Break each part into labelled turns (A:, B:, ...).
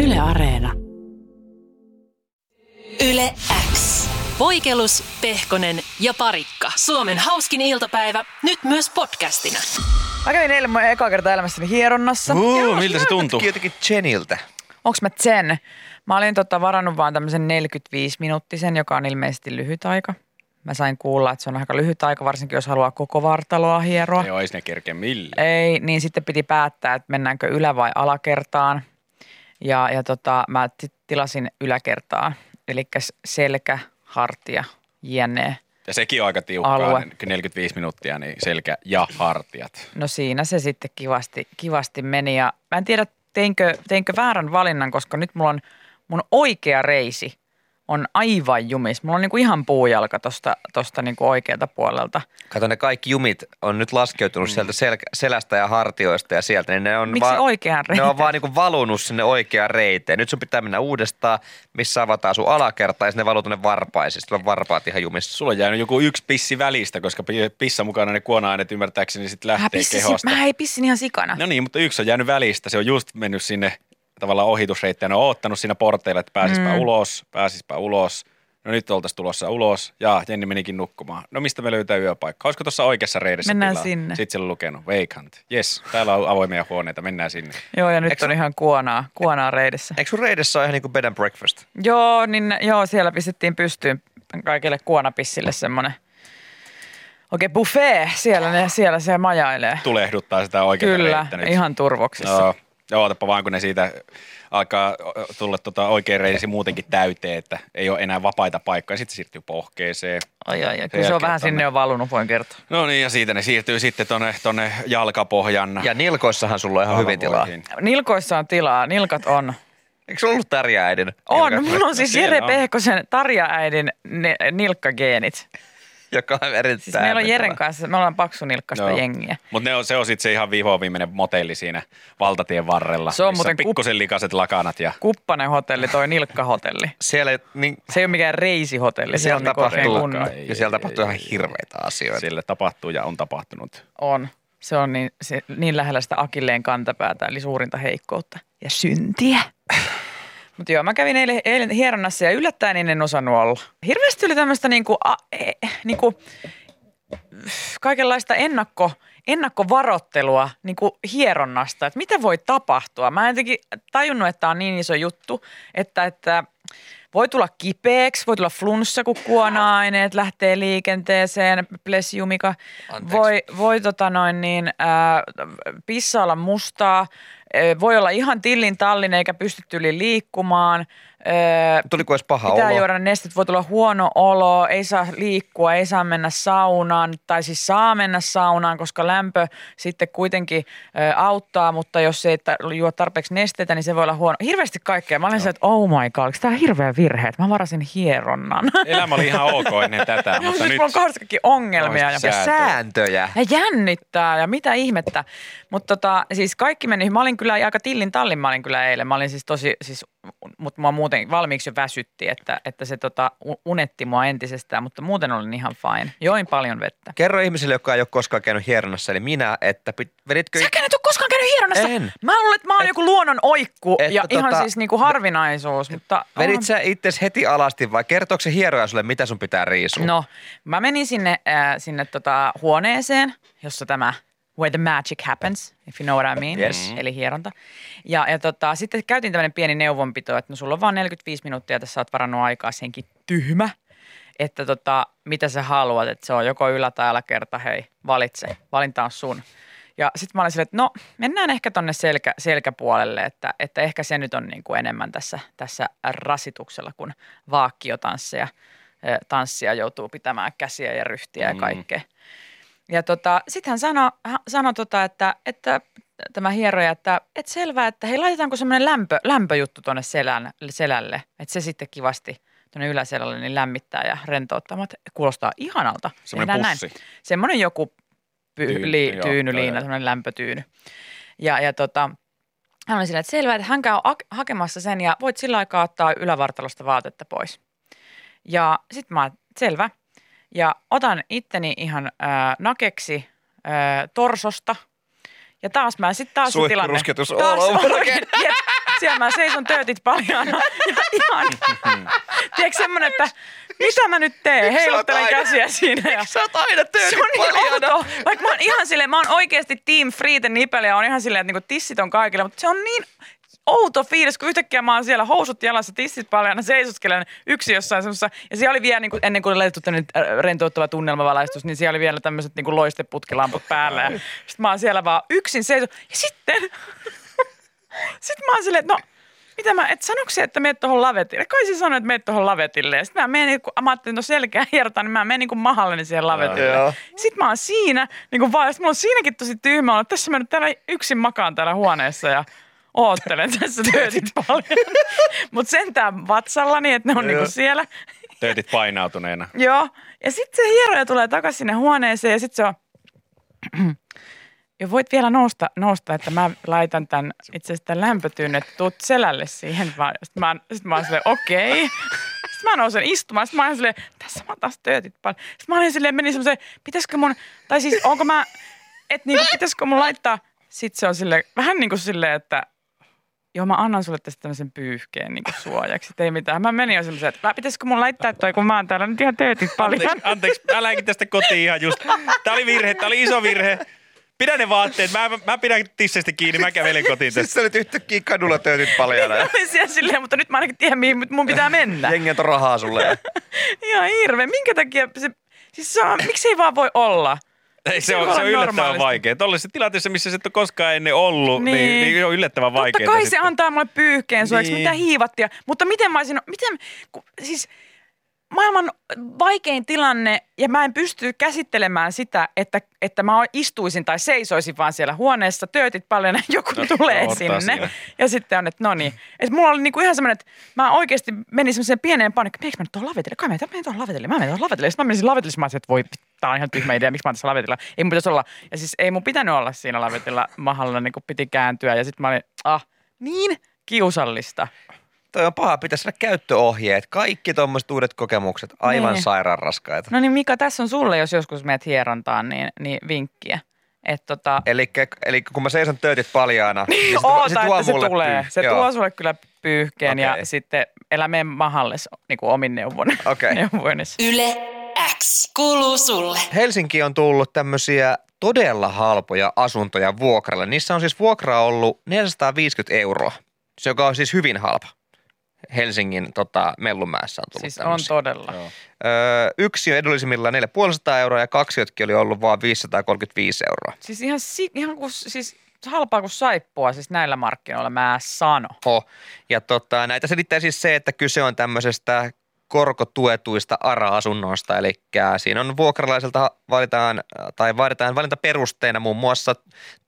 A: Yle Areena.
B: Yle X.
A: Voikelus, Pehkonen ja Parikka. Suomen hauskin iltapäivä, nyt myös podcastina.
C: Mä kävin eilen mun ekaa kertaa elämässäni hieronnassa.
D: Uu,
C: Joo.
D: miltä se tuntuu?
E: Näytätkin jotenkin Jeniltä.
C: Onks mä sen? Mä olin tota varannut vaan tämmöisen 45 minuuttisen, joka on ilmeisesti lyhyt aika. Mä sain kuulla, että se on aika lyhyt aika, varsinkin jos haluaa koko vartaloa hieroa.
D: Ah. Joo, ei sinne kerkeä millään.
C: Ei, niin sitten piti päättää, että mennäänkö ylä- vai alakertaan. Ja, ja tota, mä t- tilasin yläkertaan, eli selkä, hartia, jne.
D: Ja sekin on aika tiukkaa,
C: Alue.
D: Alue. 45 minuuttia, niin selkä ja hartiat.
C: No siinä se sitten kivasti, kivasti meni ja mä en tiedä teinkö, teinkö väärän valinnan, koska nyt mulla on mun oikea reisi on aivan jumis. Mulla on niinku ihan puujalka tosta, tosta niinku oikealta puolelta.
E: Kato, ne kaikki jumit on nyt laskeutunut mm. sieltä selkä, selästä ja hartioista ja sieltä. Niin ne on
C: Miksi oikeaan
E: Ne
C: reiteen?
E: on vaan niinku valunut sinne oikeaan reiteen. Nyt sun pitää mennä uudestaan, missä avataan sun alakerta ja sinne valuu tuonne varpaisiin. Sitten on varpaat ihan jumissa.
D: Sulla on jäänyt joku yksi pissi välistä, koska pi- pissa mukana ne kuona-aineet ymmärtääkseni sitten
C: Mä,
D: lähtee
C: pissin,
D: kehosta.
C: mä ei pissin ihan sikana.
D: No niin, mutta yksi on jäänyt välistä. Se on just mennyt sinne tavallaan ohitusreittejä. Ne on oottanut siinä porteilla, että pääsispä mm. ulos, pääsispä ulos. No nyt oltaisiin tulossa ulos. Ja Jenni menikin nukkumaan. No mistä me löytää yöpaikka? Olisiko tuossa oikeassa reidessä
C: Mennään
D: tilaa?
C: sinne.
D: Sitten siellä on lukenut vacant. Yes, täällä on avoimia huoneita, mennään sinne.
C: Joo, ja nyt
E: Eikö
C: on
E: se-
C: ihan kuonaa, kuonaa reidessä.
E: Eikö sun reidessä ole ihan niinku bed and breakfast?
C: Joo, niin joo, siellä pistettiin pystyyn kaikille kuonapissille semmoinen Okei, buffet, siellä, ne, siellä se majailee.
D: Tulehduttaa sitä oikeaa
C: Kyllä,
D: reittä nyt.
C: ihan turvoksissa.
D: Joo, joo, ootapa vaan kun ne siitä alkaa ö, tulla tota oikein reisi muutenkin täyteen, että ei ole enää vapaita paikkoja. Sitten se siirtyy pohkeeseen.
C: Ai, ai, ai. Kyllä
D: Sen
C: se on
D: jälkeen
C: vähän
D: tonne-
C: sinne jo valunut, voin kertoa.
D: No niin, ja siitä ne siirtyy sitten tonne, tonne jalkapohjan.
E: Ja nilkoissahan sulla on ihan hyvin tilaa.
D: kalvoihin.
C: Nilkoissa on tilaa, nilkat on.
E: Eikö sulla ollut tärjääidin?
C: On,
E: Joka,
C: mulla on siis
D: Siellä
C: Jere
D: on.
C: Pehkosen Tarja-äidin ne, nilkkageenit.
E: joka on erittäin
C: Siis meillä on Jeren
E: hämmentävää.
C: kanssa, me ollaan paksunilkkasta jengiä.
D: Mutta on, se on sitten se ihan viho viimeinen motelli siinä valtatien varrella.
C: Se on
D: missä
C: muuten kup-
D: pikkusen likaset lakanat ja
C: Kuppanen hotelli, toi nilkkahotelli.
E: Siellä, niin,
C: Se ei ole mikään reisihotelli, se
E: siellä
C: on niinku oikein
E: tapahtuu,
C: kunnon.
D: ei,
E: ja siellä
D: ei,
E: tapahtuu
D: ei,
E: ihan
D: ei,
E: hirveitä asioita.
D: sille tapahtuu ja on tapahtunut.
C: On. Se on niin, se, niin lähellä sitä akilleen kantapäätä, eli suurinta heikkoutta. Ja syntiä. Mutta joo, mä kävin eilen, eilen hieronnassa ja yllättäen niin en osannut olla. Hirveästi oli tämmöistä niinku, a, e, niinku, kaikenlaista ennakko, ennakkovarottelua niinku hieronnasta, että mitä voi tapahtua. Mä en jotenkin tajunnut, että tämä on niin iso juttu, että, että voi tulla kipeäksi, voi tulla flunssa, kun kuona-aineet lähtee liikenteeseen, bless you, Mika.
E: Anteeksi.
C: Voi, voi tota noin niin, ää, pissa olla mustaa, ää, voi olla ihan tillin tallin eikä pysty yli liikkumaan. Äh, Ää,
E: Tuliko edes paha
C: Pitää
E: olo?
C: juoda ne nestet, voi tulla huono olo, ei saa liikkua, ei saa mennä saunaan, tai siis saa mennä saunaan, koska lämpö sitten kuitenkin ö, auttaa, mutta jos ei ta- juo tarpeeksi nesteitä, niin se voi olla huono. Hirveästi kaikkea. Mä olin se, että oh my god, tämä on hirveä virhe, että mä varasin hieronnan.
D: Elämä oli ihan ok ennen tätä,
C: nyt
D: mutta nyt...
C: No siis mulla on kahdessa kaikki ongelmia. Ja
D: Kauheasti säätöä.
E: sääntöjä.
C: ja jännittää ja mitä ihmettä. Mutta tota, siis kaikki meni, mä olin kyllä aika tillin tallin, mä olin kyllä eilen. Mä olin siis tosi, siis, mutta mua muuten valmiiksi jo väsytti, että, että se tota, u- unetti mua entisestään, mutta muuten olin ihan fine. Join paljon vettä.
E: Kerro ihmisille, joka ei ole koskaan käynyt hieronnassa, eli minä, että pit, veditkö...
C: Säkään et ole koskaan käynyt hieronnassa.
E: En.
C: Mä luulen, että mä oon
E: Et-
C: joku luonnon oikku
E: että
C: ja ihan
E: tota-
C: siis niinku harvinaisuus, mutta...
E: Vedit sä itses heti alasti vai kertooko se hieroja sulle, mitä sun pitää riisua?
C: No, mä menin sinne, äh, sinne tota huoneeseen, jossa tämä Where the Magic Happens, if you know what I mean,
E: Yes.
C: eli hieronta. Ja, ja tota, sitten käytiin tämmöinen pieni neuvonpito, että no sulla on vaan 45 minuuttia, tässä oot varannut aikaa, senkin tyhmä. Että tota, mitä sä haluat, että se on joko ylä- tai alakerta, hei, valitse, valinta on sun. Ja sitten mä olin silleen, että no mennään ehkä tonne selkä, selkäpuolelle, että, että ehkä se nyt on niin kuin enemmän tässä, tässä rasituksella, kun vaakkiotansseja, ö, tanssia joutuu pitämään käsiä ja ryhtiä ja kaikkea. Ja tota, sitten hän sanoi, hän sanoi tota, että, että tämä hieroja, että, että selvää, että hei laitetaanko semmoinen lämpö, lämpöjuttu tuonne selän, selälle, että se sitten kivasti tuonne yläselälle niin lämmittää ja rentouttaa. Mä oon, että Kuulostaa ihanalta.
D: Semmoinen
C: Tehdään
D: pussi.
C: Semmoinen joku py,
D: Tyyny,
C: li,
D: joo, joo,
C: tyynyliina,
D: joo.
C: semmoinen lämpötyyny. Ja, ja tota, hän oli sillä, että selvä, että hän käy ak- hakemassa sen ja voit sillä aikaa ottaa ylävartalosta vaatetta pois. Ja sitten mä, oon, selvä. Ja otan itteni ihan äh, nakeksi äh, torsosta. Ja taas mä sitten taas se tilanne.
E: Suihkurusketus all
C: taas,
E: over again.
C: Jep, siellä mä seison töötit paljaana. Ja ihan, tiedätkö semmonen, että mitä mä nyt teen?
E: Miksi sä oot
C: Heiluttelen
E: aina-
C: käsiä siinä. Ja...
E: Miksi sä oot aina
C: Se
E: töitä
C: on niin
E: paljana?
C: outo. Vaikka mä oon ihan silleen, mä oon oikeasti Team Friiten nipele ja on ihan silleen, että niinku tissit on kaikille, mutta se on niin outo fiilis, kun yhtäkkiä mä oon siellä housut jalassa, tissit paljana, seisoskelen yksi jossain semmoisessa. Ja siellä oli vielä, niinku, ennen kuin oli laitettu tänne äh, rentouttava tunnelmavalaistus, niin siellä oli vielä tämmöiset niinku loisteputkilamput päällä. Ja sitten mä oon siellä vaan yksin seiso. Ja sitten, sitten mä oon silleen, että no, mitä mä, et sanoiko se, että meet tuohon lavetille? Kai se sanoi, että meet tuohon lavetille. Ja sitten mä menen, niin kun mä ajattelin, no selkää hierotaan, niin mä menen niin mahalleni siihen lavetille.
E: Joo.
C: Sitten mä oon siinä, niin kuin vaan, sit mulla on siinäkin tosi tyhmä olla. Tässä mä nyt täällä yksin makaan täällä huoneessa ja oottelen tässä töötit paljon. Mutta sentään vatsallani, että ne on niinku siellä.
D: Töötit painautuneena.
C: Joo. Ja sitten se hieroja tulee takaisin sinne huoneeseen ja sitten se on... Ja voit vielä nousta, nousta että mä laitan tämän itse asiassa tämän lämpötyyn, että tuut selälle siihen vaan. Sitten mä, oon- sit mä oon silleen, okei. Sitten mä nousen istumaan. Sitten mä oon silleen, tässä mä oon taas töötit paljon. Sitten mä olin silleen, menin semmoiseen, pitäisikö mun, tai siis onko mä, että niinku, pitäisikö mun laittaa. Sitten se on silleen, vähän niin kuin silleen, että joo mä annan sulle tästä tämmöisen pyyhkeen niin suojaksi, Et ei mitään. Mä menin jo semmoiseen, että "Mä- pitäisikö mun laittaa toi, kun mä oon täällä nyt ihan töötit paljon.
D: Anteeksi, anteeksi, äläkin tästä kotiin ihan just. Tää oli virhe, tää oli iso virhe. Pidä ne vaatteet, mä, mä pidän tisseistä kiinni, mä kävelen kotiin
E: Sitten
D: tästä.
E: Siis sä olit yhtäkkiä kadulla töötit paljana.
C: Mä olin siellä silleen, mutta nyt mä ainakin tiedän, mihin mun pitää mennä.
E: Jengi antoi rahaa sulle.
C: Ihan hirveä. Minkä takia se, siis se on, miksi ei vaan voi olla?
D: Siis Ei, se, on,
C: Voi
D: se
C: olla
D: on yllättävän
C: normaalisti.
D: vaikea. Tuollaisessa tilanteessa, missä se et ole koskaan ennen ollut, niin,
C: Niin.
D: niin, niin se on yllättävän
C: Totta
D: vaikea.
C: kai se antaa mulle pyyhkeen suojaksi,
D: Niin.
C: mitä hiivattia. Mutta miten mä olisin, miten, ku, siis maailman vaikein tilanne, ja mä en pysty käsittelemään sitä, että, että mä istuisin tai seisoisin vaan siellä huoneessa, töötit paljon ja joku
D: No,
C: tulee
D: no, ottaa
C: sinne.
D: siinä.
C: Ja sitten on, että no niin. Et mulla oli niinku ihan semmoinen, että mä oikeasti menin semmoiseen pieneen panikkaan, meneekö mä nyt tuohon lavetille? Kai mä menen tuohon lavetille, mä menen tuohon lavetille. Sitten mä menisin lavetille, sitten mä ajattelin, että voi, tää on ihan tyhmä idea, miksi mä oon tässä lavetilla. Ei mun pitäisi olla, ja siis ei mun pitänyt olla siinä lavetilla mahalla, niin kun piti kääntyä. Ja sitten mä olin, ah, niin kiusallista.
E: Toi on paha, pitäisi saada käyttöohjeet. Kaikki tuommoiset uudet kokemukset, aivan
C: Niin.
E: sairaan raskaita.
C: No niin Mika, tässä on sulle, jos joskus meet hierontaan, niin, niin vinkkiä. Et tota,
E: Eli, eli kun mä seison töötit paljaana, niin
C: oota,
E: se tuo
C: että se
E: mulle
C: tulee.
E: pyy-
C: Se
E: Joo.
C: tuo sulle kyllä pyyhkeen ja
E: Okei.
C: sitten elä mene mahalles niin kuin omin neuvon,
E: Okei.
C: neuvoinnes.
A: Yle X kuuluu sulle.
E: Helsinkiin on tullut tämmöisiä todella halpoja asuntoja vuokralle. Niissä on siis vuokra ollut 450 euroa, se joka on siis hyvin halpa. Helsingin tota, Mellunmäessä on tullut
C: Siis on
E: tämmöisiä.
C: todella.
E: Öö, yksi on edullisimmillaan 4500 euroa ja kaksiotkin oli ollut vaan 535 euroa.
C: Siis ihan, si- ihan kuin, siis halpaa kuin saippua siis näillä markkinoilla, mä en sano.
E: Oho. Ja tota, näitä selittää siis se, että kyse on tämmöisestä korkotuetuista ARA-asunnoista, eli siinä on vuokralaiselta valitaan, tai vaaditaan valintaperusteena muun muassa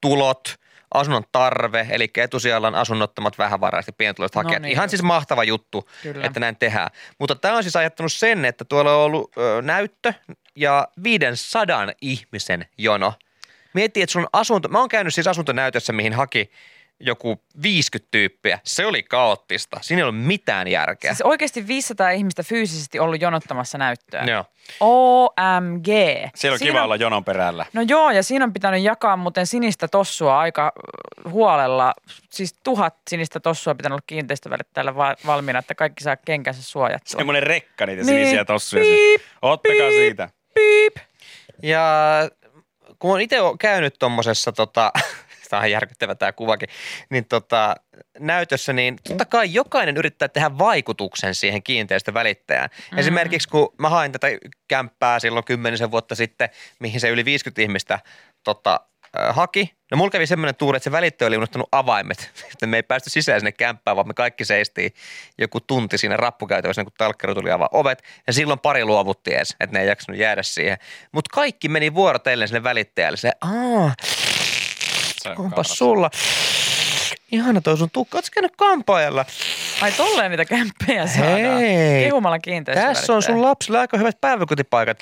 E: tulot, asunnon tarve, eli etusijalla on asunnottomat vähävaraiset pienituloiset
C: No
E: hakijat.
C: niin,
E: Ihan
C: just.
E: siis mahtava juttu,
C: Kyllä.
E: että näin tehdään. Mutta tämä on siis ajattanut sen, että tuolla on ollut ö, näyttö ja 500 ihmisen jono. Mieti, että sun asunto, mä oon käynyt siis asuntonäytössä, mihin haki joku 50 tyyppiä. Se oli kaoottista. Siinä ei ollut mitään järkeä.
C: Siis oikeasti 500 ihmistä fyysisesti ollut jonottamassa näyttöä.
E: Joo.
C: OMG.
D: Siellä on
C: Siinä
D: kiva olla jonon perällä.
C: No joo, ja siinä on pitänyt jakaa muuten sinistä tossua aika huolella. Siis tuhat sinistä tossua pitänyt olla kiinteistövälit täällä va- valmiina, että kaikki saa kenkänsä suojattua.
D: Semmoinen rekka niitä
C: Niin.
D: sinisiä tossuja.
C: Piip,
D: Ottakaa
C: piip.
D: siitä.
C: Piip.
E: Ja kun on itse käynyt tuommoisessa, tota, tämä on järkyttävä tämä kuvakin, niin tota, näytössä, niin totta kai jokainen yrittää tehdä vaikutuksen siihen kiinteistövälittäjään. Mm. Esimerkiksi kun mä hain tätä kämppää silloin kymmenisen vuotta sitten, mihin se yli 50 ihmistä tota, äh, haki. No mulla kävi semmoinen tuuri, että se välittäjä oli unohtanut avaimet. Että me ei päästy sisään sinne kämppään, vaan me kaikki seistiin joku tunti siinä rappukäytävässä, kun talkkeru tuli avaa ovet. Ja silloin pari luovutti edes, että ne ei jaksanut jäädä siihen. Mutta kaikki meni vuorotellen sinne välittäjälle. Se, aah,
D: Sä
E: onpa
D: kaadat.
E: sulla. Ihana toi sun tukka, ootko käynyt kampaajalla?
C: Ai tolleen niitä kämppejä saadaan.
E: Hei.
C: Kehumalla kiinteistövälittäjä.
E: Tässä on sun lapsilla aika hyvät päiväkotipaikat.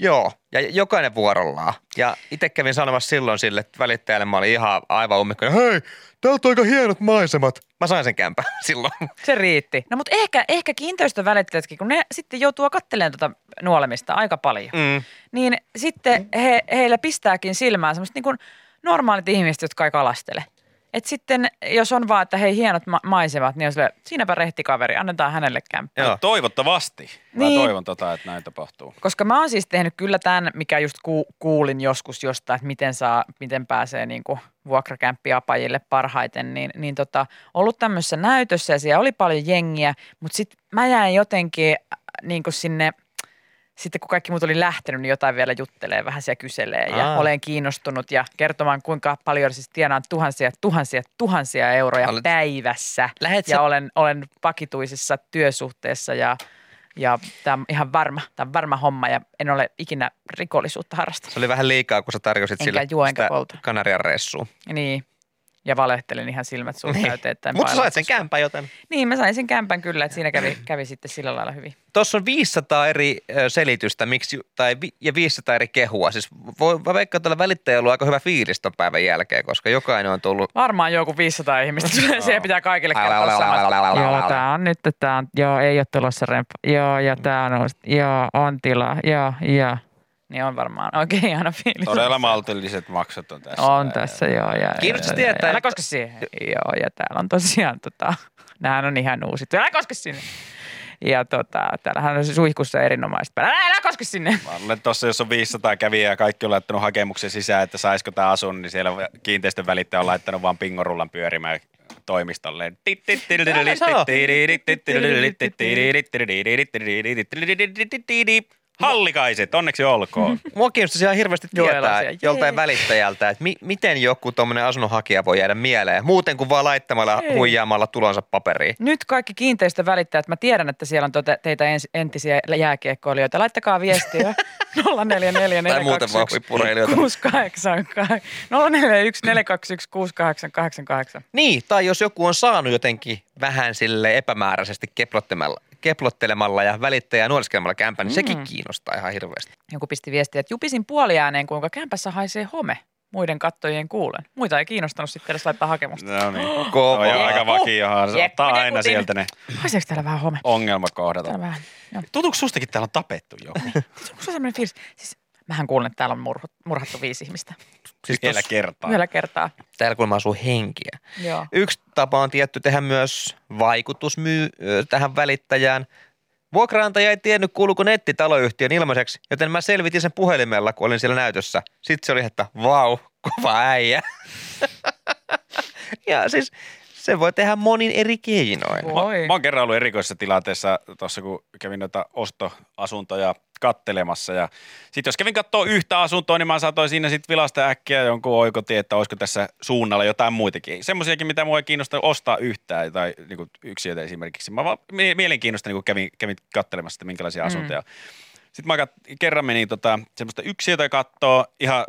E: Joo, ja jokainen vuorollaan. Ja itse kävin sanomassa silloin sille välittäjälle, mä olin ihan aivan ummikko. Hei, täältä on aika hienot maisemat. Mä sain sen kämpän silloin.
C: Se riitti. No mutta ehkä, ehkä kiinteistövälittäjätkin, kun ne sitten joutuu kattelemaan tuota nuolemista aika paljon, mm.
E: Mm.
C: niin niinku sitten he, heillä pistääkin silmään semmoiset niin kuin normaalit ihmiset, jotka ei kalastele. Et sitten jos on vaan, että hei hienot ma- maisemat, niin on sille, siinäpä rehti kaveri, annetaan hänelle kämppä.
E: Joo.
D: No, toivottavasti. Mä
C: Niin.
D: toivon tota, että näin tapahtuu.
C: Koska mä oon siis tehnyt kyllä tämän, mikä just ku- kuulin joskus jostain, että miten, saa, miten pääsee niin kuin vuokrakämppiapajille parhaiten, niin, niin tota, ollut tämmöisessä näytössä ja siellä oli paljon jengiä, mutta sitten mä jäin jotenkin niin kuin sinne, sitten kun kaikki muut oli lähtenyt, niin jotain vielä juttelee, vähän siellä kyselee ja
E: Aa.
C: olen kiinnostunut ja kertomaan kuinka paljon siis tienaan tuhansia, tuhansia, tuhansia euroja
E: Olet-
C: päivässä
E: Lähet
C: ja
E: sä-
C: olen, olen pakituisessa työsuhteessa ja, ja tämä on ihan varma, tämä on varma homma ja en ole ikinä rikollisuutta harrastanut.
E: Se oli vähän liikaa, kun sä tarjosit
C: Enkä
E: sille
C: juo, enkä
E: sitä
C: polta.
E: Kanarian ressua.
C: Niin. Ja valehtelin ihan silmät suun
E: Niin.
C: täyteen. että en
E: Mutta sä
C: paila-
E: sait sen kämpän, joten...
C: Niin, mä sain sen kämpän kyllä, että siinä kävi, kävi sitten sillä lailla hyvin.
E: Tuossa on 500 eri ö, selitystä miksi, ju- tai, vi- ja 500 eri kehua. Siis voi, mä veikkaan, että tällä välittäjällä on ollut aika hyvä fiilis ton päivän jälkeen, koska jokainen on tullut
C: Varmaan joku 500 ihmistä. Siellä pitää kaikille kertoa samat. Joo, tää on nyt, tää on, joo, ei ole tulossa remppa. Joo, ja tää on, ollut- joo, on tilaa, joo, joo. Niin on varmaan oikein ihana fiilis.
D: Todella maltilliset maksut on tässä.
C: On tässä, joo. Ja,
E: Kiinnostaisi
C: ja-
E: tietää,
C: ja- Älä
E: että-
C: koske siihen. Joo, ja täällä on tosiaan, tota, nämähän on ihan uusit. Älä koske sinne. Ja tota, täällähän on se suihkussa erinomaiset. Älä, älä koske sinne.
D: Mä olen tuossa, jos on 500 kävijää ja kaikki on laittanut hakemuksen sisään, että saisiko tämä asun, niin siellä kiinteistön välittäjä on laittanut vaan pingorullan pyörimään toimistolle.
E: Älä sano.
D: Hallikaiset, onneksi olkoon.
E: Mua kiinnostaisi ihan hirveästi
C: Joella
E: tietää
C: siellä.
E: joltain
C: Jee.
E: välittäjältä, että mi- miten joku tuommoinen asunnonhakija voi jäädä mieleen, muuten kuin vaan laittamalla,
C: Ei.
E: huijaamalla tulonsa paperiin.
C: Nyt kaikki kiinteistövälittäjät, mä tiedän, että siellä on tuota, teitä ens, entisiä jääkiekkoilijoita. Laittakaa viestiä 044
E: Tai muuten vaan huippurheilijoita.
C: 688. 041 421 6888.
E: Niin, tai jos joku on saanut jotenkin vähän sille epämääräisesti keplottelemalla, keplottelemalla ja välittäjä nuoriskelemalla kämpän, niin sekin kiinnostaa ihan hirveästi.
C: Joku pisti viestiä, että jupisin puoliääneen, kuinka kämpässä haisee home muiden kattojen kuulen. Muita ei kiinnostanut sitten edes laittaa hakemusta.
D: No niin.
E: Kova.
D: Toi on aika vakiohan. Se
C: Jeppinen
D: ottaa aina
C: kutin.
D: sieltä ne
C: Haiseeko täällä vähän home?
D: ongelmakohdat.
C: Täällä vähän. Joo.
D: Tuntuuko sustakin täällä on tapettu joku?
C: Siis onko se sellainen fiilis? Siis mähän kuulen, että täällä on murhat, murhattu viisi ihmistä.
E: Siis
D: Vielä
E: tossa-
D: kertaa.
C: Yhdellä kertaa.
E: Täällä kuulemma asuu henkiä.
C: Joo.
E: Yksi tapa on tietty tehdä myös vaikutus myy- ö, tähän välittäjään. Vuokraantaja ei tiennyt, kuuluuko netti taloyhtiön ilmaiseksi, joten mä selvitin sen puhelimella, kun olin siellä näytössä. Sitten se oli, että vau, kova äijä. ja siis se voi tehdä monin eri keinoin.
C: Voi.
D: Mä, mä oon kerran ollut erikoisessa tilanteessa tuossa, kun kävin noita ostoasuntoja kattelemassa. Ja sitten jos kävin katsoa yhtä asuntoa, niin mä saatoin siinä sitten vilasta äkkiä jonkun oikotie, että olisiko tässä suunnalla jotain muitakin. Semmoisiakin, mitä mua ei kiinnosta ostaa yhtään, tai niin yksiöitä esimerkiksi. Mä vaan mie- mielenkiinnosta niin kävin, kävin kattelemassa, että minkälaisia asuntoja. Sitten mä kat- kerran menin tota, semmoista yksiötä kattoa ihan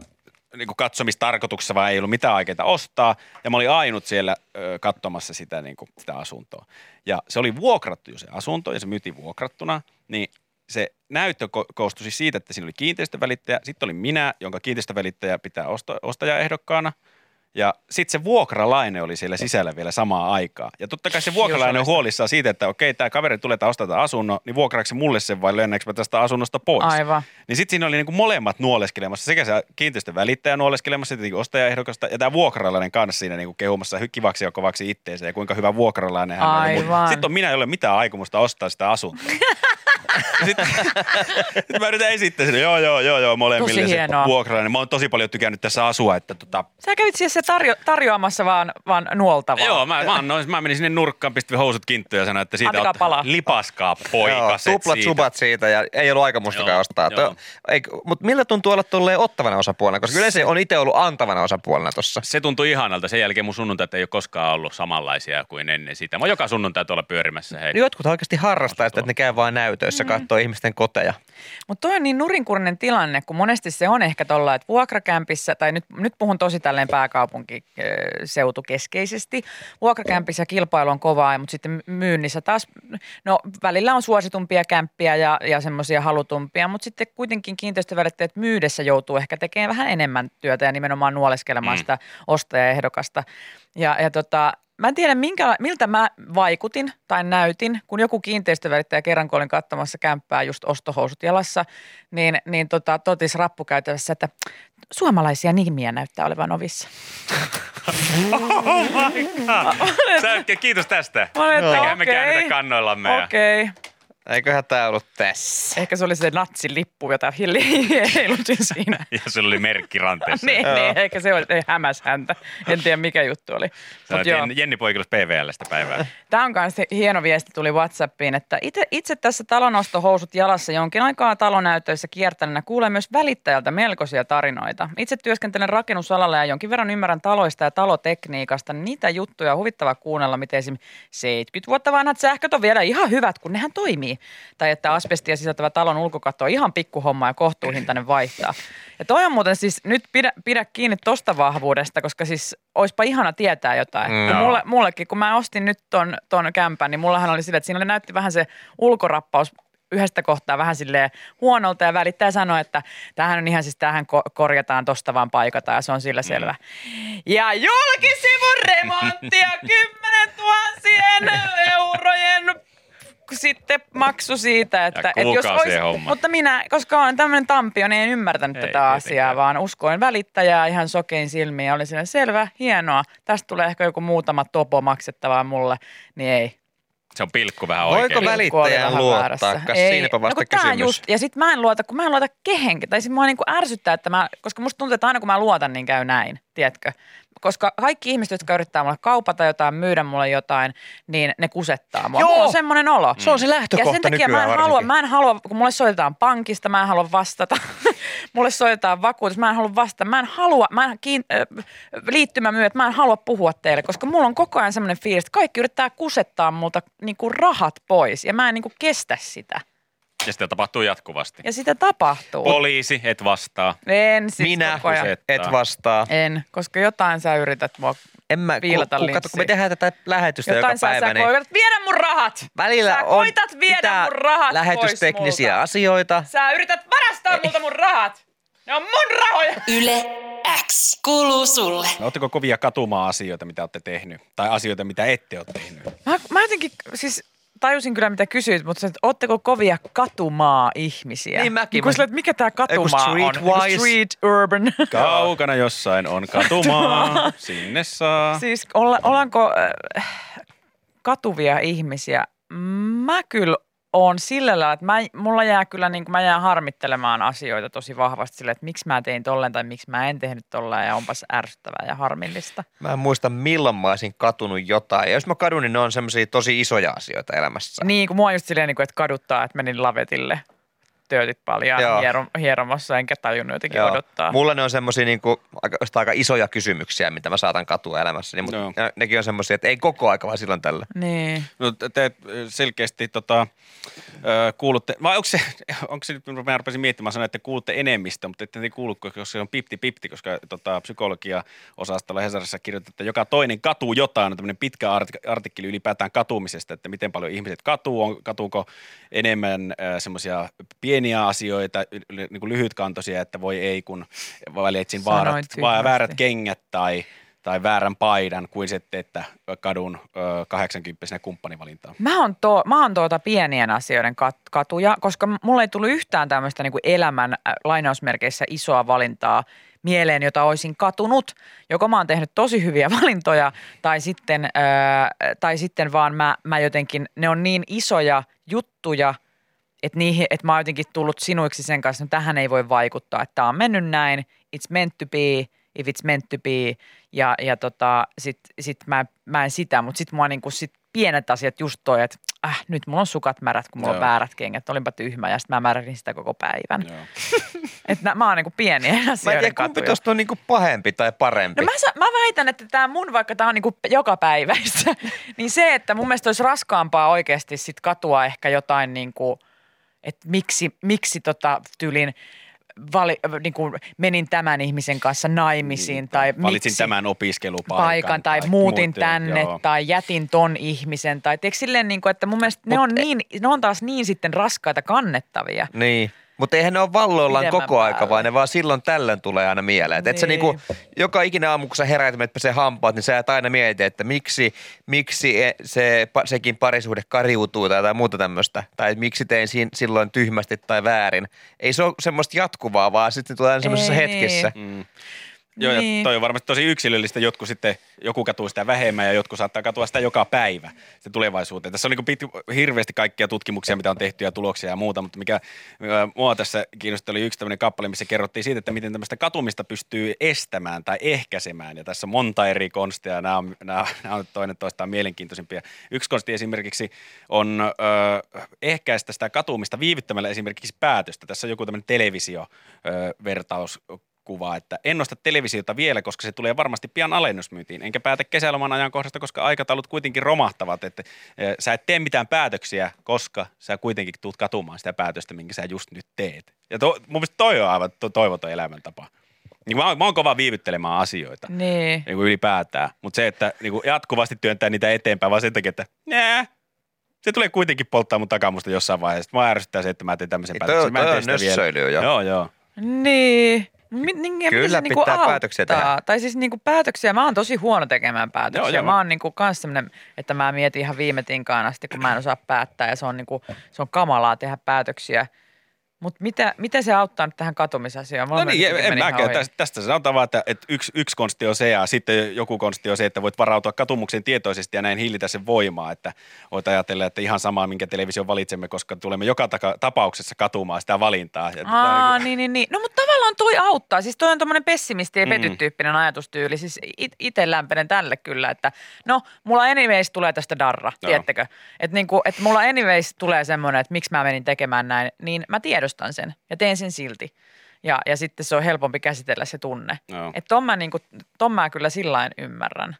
D: niin kuin katsomistarkoituksessa, vaan ei ollut mitään aikeita ostaa. Ja mä olin ainut siellä ö, katsomassa sitä, niin kuin, sitä asuntoa. Ja se oli vuokrattu jo se asunto ja se myytiin vuokrattuna. Niin se näyttö ko- koostui siis siitä, että siinä oli kiinteistövälittäjä. Sitten oli minä, jonka kiinteistövälittäjä pitää osto- ostajaehdokkaana. Ja sitten se vuokralainen oli siellä sisällä vielä samaa aikaa. Ja totta kai se vuokralainen on
C: Kiusallista.
D: huolissaan siitä, että okei, tämä kaveri tulee tai ostaa tämän asunnon, niin vuokraako se mulle sen vai lönnäänkö mä tästä asunnosta pois?
C: Aivan.
D: Niin sitten siinä oli niinku molemmat nuoleskelemassa, sekä se kiinteistön välittäjä nuoleskelemassa, tietenkin ostajaehdokasta, ja tämä vuokralainen kanssa siinä niinku kehumassa kivaksi ja kovaksi itteensä, ja kuinka hyvä vuokralainen hän on.
C: Aivan.
D: Sitten on minä, jolle mitään aikomusta ostaa sitä asuntoa. sitten sit mä yritän esittää sitä, joo, joo, joo, joo, molemmille
C: Tosi
D: se
C: hienoa.
D: vuokralainen. Mä oon tosi paljon tykännyt tässä asua, että tota,
C: Sä kävit siis siellä se tarjo- tarjoamassa vaan, vaan nuoltavaa.
D: Joo, mä, mä, annoin, mä menin sinne nurkkaan, pistin housut kinttuja ja sanoin, että siitä
C: Antakaa
D: otta-
C: palaa.
D: lipaskaa poikaset
E: Joo, tuplat
D: siitä.
E: subat siitä ja ei ollut aikomustakaan
D: Joo,
E: ostaa.
D: joo.
E: Mutta miltä tuntuu olla tolleen ottavana osapuolena, koska yleensä on itse ollut antavana osapuolena tuossa.
D: Se tuntui ihanalta. Sen jälkeen mun sunnuntait ei ole koskaan ollut samanlaisia kuin ennen sitä. Mä oon joka sunnuntai tuolla pyörimässä. Hei.
E: Jotkut oikeasti harrastaa sitä, että ne käy vain
D: Mm.
E: näytöissä, katsoo ihmisten koteja.
C: Mutta toi on niin nurinkurinen tilanne, kun monesti se on ehkä tolla, että vuokrakämpissä, tai nyt, nyt puhun tosi tälleen pääkaupunkiseutu keskeisesti, vuokrakämpissä kilpailu on kovaa, mutta sitten myynnissä taas, no välillä on suositumpia kämppiä ja, ja semmoisia halutumpia, mutta sitten kuitenkin kiinteistövälittäjät myydessä joutuu ehkä tekemään vähän enemmän työtä ja nimenomaan nuoleskelemaan mm. sitä ostajaehdokasta. Ja, ja tota, Mä en tiedä, minkä, miltä mä vaikutin tai näytin, kun joku kiinteistövälittäjä kerran, kun olin katsomassa kämppää just ostohousut jalassa, niin, niin tota, totis rappukäytävässä, että suomalaisia nimiä näyttää olevan ovissa.
D: Oh my god. Sä, kiitos tästä.
C: Mä olin, että
D: Eiköhän me käännetä
C: okei,
D: kannoillamme. ja-
C: okei.
E: Eiköhän tämä ollut tässä.
C: Ehkä se oli se natsin lippu, jota hilli- heilutin siinä.
D: Ja sulla oli merkki ranteessa.
C: niin, niin, ehkä se oli, ei hämäs häntä. En tiedä mikä juttu oli.
D: Sä olet Jen- Jenni Poikilas PVLstä päivää.
C: Tämä on myös hieno viesti tuli Whatsappiin, että itse, itse tässä talonostohousut jalassa jonkin aikaa talonäytöissä kiertäneenä kuulee myös välittäjältä melkoisia tarinoita. Itse työskentelen rakennusalalla ja jonkin verran ymmärrän taloista ja talotekniikasta. niin Niitä juttuja on huvittava kuunnella, miten esimerkiksi 70 vuotta vanhat sähköt on vielä ihan hyvät, kun nehän toimii. Tai että asbestia sisältävä talon ulkokatto on ihan pikkuhomma ja kohtuuhintainen vaihtaa. Ja toi on muuten siis, nyt pidä, pidä kiinni tosta vahvuudesta, koska siis oispa ihana tietää jotain.
E: Mm.
C: Mm. Mulle, mullekin, kun mä ostin nyt ton, ton kämpän, niin mullahan oli sille, että siinä oli, näytti vähän se ulkorappaus yhdestä kohtaa vähän silleen huonolta ja välittäjä sanoi, että tämähän on ihan siis, tähän ko- korjataan tosta vaan paikataan ja se on sillä selvä. Ja julkisivun remonttia 10 tuhansien eurojen sitten maksu siitä, että, että jos
D: kuukausien
C: olisi,
D: homma.
C: mutta minä, koska olen tämmöinen tampio, niin en ymmärtänyt
D: Ei
C: tätä tietenkään. asiaa,
D: tietenkään.
C: vaan uskoin välittäjää ihan sokein silmiin ja oli silleen, selvä, hienoa, tästä tulee ehkä joku muutama topo maksettavaa mulle, niin ei.
D: Se on pilkku vähän
E: Voiko
D: oikein.
E: väli-
C: Pilkku oli
E: välittäjään
C: vähän
E: luottaa?
C: väärässä.
E: Kas
C: Ei.
E: siinäpä vasta
C: no, kun tää
E: kysymys.
C: Just, ja sit mä en luota, kun mä en luota kehenkään, tai sit mua niinku ärsyttää, että mä, koska musta tuntuu, että aina kun mä luotan, niin käy näin, tiedätkö? Koska kaikki ihmiset, jotka yrittää mulle kaupata jotain, myydä mulle jotain, niin ne kusettaa mua.
E: Joo.
C: Mulla on semmoinen olo. Mm.
E: Se on se lähtökohta
C: Ja sen takia
E: nykyään
C: mä en, halua,
E: varsinkin.
C: mä en halua, kun mulle soitetaan pankista, mä en halua vastata. mulle soitetaan vakuutus, mä en halua vastata. Mä en halua, mä en kiin, äh, liittymämyyjät, mä en halua puhua teille, koska mulla on koko ajan semmoinen fiilis, että kaikki yrittää kusettaa multa niin kuin rahat pois ja mä en niin kuin kestä sitä.
D: Ja sitä tapahtuu jatkuvasti.
C: Ja sitä tapahtuu.
D: Poliisi, et vastaa.
C: en siis
E: Minä
C: koko ajan.
D: kuset-
E: et vastaa.
C: En, koska jotain sä yrität mua.
E: En mä, ku,
C: Piilota
E: ku, kato, kun me
C: linssiin.
E: tehdään tätä lähetystä
C: Jotain
E: joka
C: sä,
E: päivä,
C: sä
E: niin
C: koirat viedä mun rahat.
E: välillä
C: sä
E: on
C: koitat viedä
E: pitää
C: mun rahat
E: lähetysteknisiä
C: pois multa.
E: asioita.
C: Sä yrität varastaa multa mun rahat. Ne on mun rahoja.
A: Yle X kuuluu sulle.
D: Oletteko kovia katuma-asioita, mitä olette tehnyt? Tai asioita, mitä ette ole tehnyt?
C: Mä, mä jotenkin siis tajusin kyllä, mitä kysyit, mutta se, että ootteko kovia katumaa ihmisiä?
E: Niin mäkin,
C: Kun
E: mä-
C: sillä, että mikä tämä katumaa on?
E: streetwise.
C: Joku Street urban.
D: Kaukana jossain on katumaa. Sinne saa.
C: siis olla, ollaanko äh, katuvia ihmisiä? Mä kyllä on sillä lailla, että mä, mulla jää kyllä niin kuin, mä jään harmittelemaan asioita tosi vahvasti sillä, että miksi mä tein tolleen tai miksi mä en tehnyt tolleen ja onpas ärsyttävää ja harmillista.
E: Mä en muista milloin mä olisin katunut jotain. Ja jos mä kadun, niin ne on semmoisia tosi isoja asioita elämässä.
C: Niin, kun mua on just silleen, niin kuin, että kaduttaa, että menin lavetille töötit paljon
E: Joo.
C: hierom, hieromassa, enkä tajunnut jotenkin Joo.
E: Joo.
C: odottaa.
E: Mulla ne on semmoisia niinku, aika, sitä aika isoja kysymyksiä, mitä mä saatan katua elämässäni, mutta
D: Joo.
E: no. nekin on semmoisia, että ei koko aika vaan silloin tällä.
C: niin.
D: No, te- te selkeästi tota, ö, kuulutte, vai onko se, onko se nyt, mä rupesin miettimään sanoa, että kuulutte enemmistö, mutta ette te kuulu, koska se on pipti-pipti, koska tota, psykologia-osastolla Hesarissa kirjoitetaan, että joka toinen katuu jotain, on tämmöinen pitkä artik- artikkeli ylipäätään katumisesta, että miten paljon ihmiset katuu, on, katuuko enemmän semmoisia pieniä asioita, yl- niin kuin lyhytkantoisia, että voi ei, kun valitsin
C: Sanoit
D: vaarat,
C: tyhmästi.
D: väärät kengät tai tai väärän paidan kuin se, että kadun ö, 80 kumppanivalintaa.
C: Mä oon, to, mä oon tuota pienien asioiden kat, katuja, koska m- mulla ei tullut yhtään tämmöistä niinku elämän äh, lainausmerkeissä isoa valintaa mieleen, jota olisin katunut. Joko mä oon tehnyt tosi hyviä valintoja tai sitten, äh, tai sitten vaan mä, mä jotenkin, ne on niin isoja juttuja, että, niihin, että mä oon jotenkin tullut sinuiksi sen kanssa, että no tähän ei voi vaikuttaa, että tämä on mennyt näin, it's meant to be, if it's meant to be, ja, ja tota, sit, sit mä, mä en sitä, mutta sit mua niinku sit pienet asiat just toi, että äh, nyt mulla on sukat märät, kun mulla on
D: Joo.
C: väärät kengät, olinpa tyhmä, ja sitten mä määrärin sitä koko päivän.
D: Joo.
C: Et nä, mä oon niinku pienien
E: Mä en
C: asioiden
E: tiedä, kumpi
C: katuja.
E: tosta on niinku pahempi tai parempi.
C: No mä, sa- mä väitän, että tämä mun, vaikka tämä on niinku joka päiväistä, niin se, että mun mielestä olisi raskaampaa oikeasti sit katua ehkä jotain, niinku, että miksi, miksi tota tyylin vali, niinku, menin tämän ihmisen kanssa naimisiin tai
D: Niin, Valitsin
C: miksi
D: tämän opiskelupaikan.
C: paikan tai, tai muutin tänne joo. tai jätin ton ihmisen. e- Tai tiedätkö silleen, niinku, että mun mielestä ne on, niin, ne on taas niin sitten raskaita kannettavia.
E: Niin. Mutta eihän ne ole valloillaan
C: Pidemmän
E: koko aika,
C: päälle.
E: vaan ne vaan silloin tällöin tulee aina mieleen. Et niin. et sä
C: Niin.
E: niinku, joka ikinä aamu, kun sä heräät, että se hampaat, niin sä et aina mieti, että miksi, miksi e- se, pa- sekin parisuhde kariutuu tai jotain muuta tämmöistä. Tai miksi tein siin, silloin tyhmästi tai väärin. Ei se ole semmoista jatkuvaa, vaan sitten tulee aina semmoisessa
C: Ei
E: hetkessä.
C: niin.
D: Mm. Joo, niin. ja
C: Niin.
D: toi on varmasti tosi yksilöllistä. Jotkut sitten, joku katuu sitä vähemmän ja jotkut saattaa katua sitä joka päivä se tulevaisuuteen. Tässä on niin pit, hirveästi kaikkia tutkimuksia, mitä on tehty ja tuloksia ja muuta, mutta mikä mikä mua tässä kiinnosti oli yksi tämmöinen kappale, missä kerrottiin siitä, että miten tämmöistä katumista pystyy estämään tai ehkäisemään. Ja tässä on monta eri konstia ja nämä on, nämä, nämä on toinen toistaan mielenkiintoisimpia. Yksi konsti esimerkiksi on ö, ehkäistä sitä katumista viivyttämällä esimerkiksi päätöstä. Tässä on joku tämmöinen televisiovertaus kuva, että en osta televisiota vielä, koska se tulee varmasti pian alennusmyyntiin. Enkä päätä kesäloman ajankohdasta, koska aikataulut kuitenkin romahtavat. Että eh, sä et tee mitään päätöksiä, koska sä kuitenkin tuut katumaan sitä päätöstä, minkä sä just nyt teet. Ja to, mun mielestä toi on aivan to, toivoton elämäntapa. Niin mä, oon- mä oon kova viivyttelemään asioita
C: Niin.
D: niin kuin ylipäätään. Mutta se, että niin kuin jatkuvasti työntää niitä eteenpäin, vaan sen takia, että nää, se tulee kuitenkin polttaa mun takamusta jossain vaiheessa. Mä ärsyttää se, että mä teen tämmöisen
E: Niin toi-
D: päätöksen. Mä en
E: toi
D: tee
E: on
D: sitä vielä.
E: nössöilyä jo.
D: Joo, joo.
C: Niin. Mi- niin ja
E: Kyllä
C: miten se niinku
E: pitää
C: auttaa?
E: päätöksiä tehdä.
C: Tai siis niinku päätöksiä, mä oon tosi huono tekemään päätöksiä.
D: Joo, joo.
C: Mä oon niinku kans semmonen, että mä mietin ihan viime tinkaan asti, kun mä en osaa päättää ja se on, niinku, se on kamalaa tehdä päätöksiä. Mutta mitä, miten se auttaa nyt tähän katumisasiaan? Mulla
D: No niin,
C: menikin-
D: en
C: meni ihan
D: mäkään.
C: ohi.
D: Tästä, tästä sanotaan vaan, että, että yksi, yksi konsti on se ja sitten joku konsti on se, että voit varautua katumuksen tietoisesti ja näin hillitä sen voimaa. Että voit ajatella, että ihan samaa, minkä television valitsemme, koska tulemme joka taka, tapauksessa katumaan sitä valintaa. Ja
C: Aa, niin, niin, niin. No mutta tavallaan toi auttaa. Siis toi on tommonen pessimisti ja
D: Mm.
C: petytyyppinen ajatustyyli. Siis it, ite lämpenen tälle kyllä, että no mulla anyways tulee tästä darra,
D: Joo.
C: no. tiedättekö? Että niinku, et mulla anyways tulee semmoinen, että miksi mä menin tekemään näin, niin mä tiedostan sen ja teen sen silti. Ja, ja sitten se on helpompi käsitellä se tunne.
D: Joo.
C: Että ton, mä niinku, ton mä kyllä sillain ymmärrän.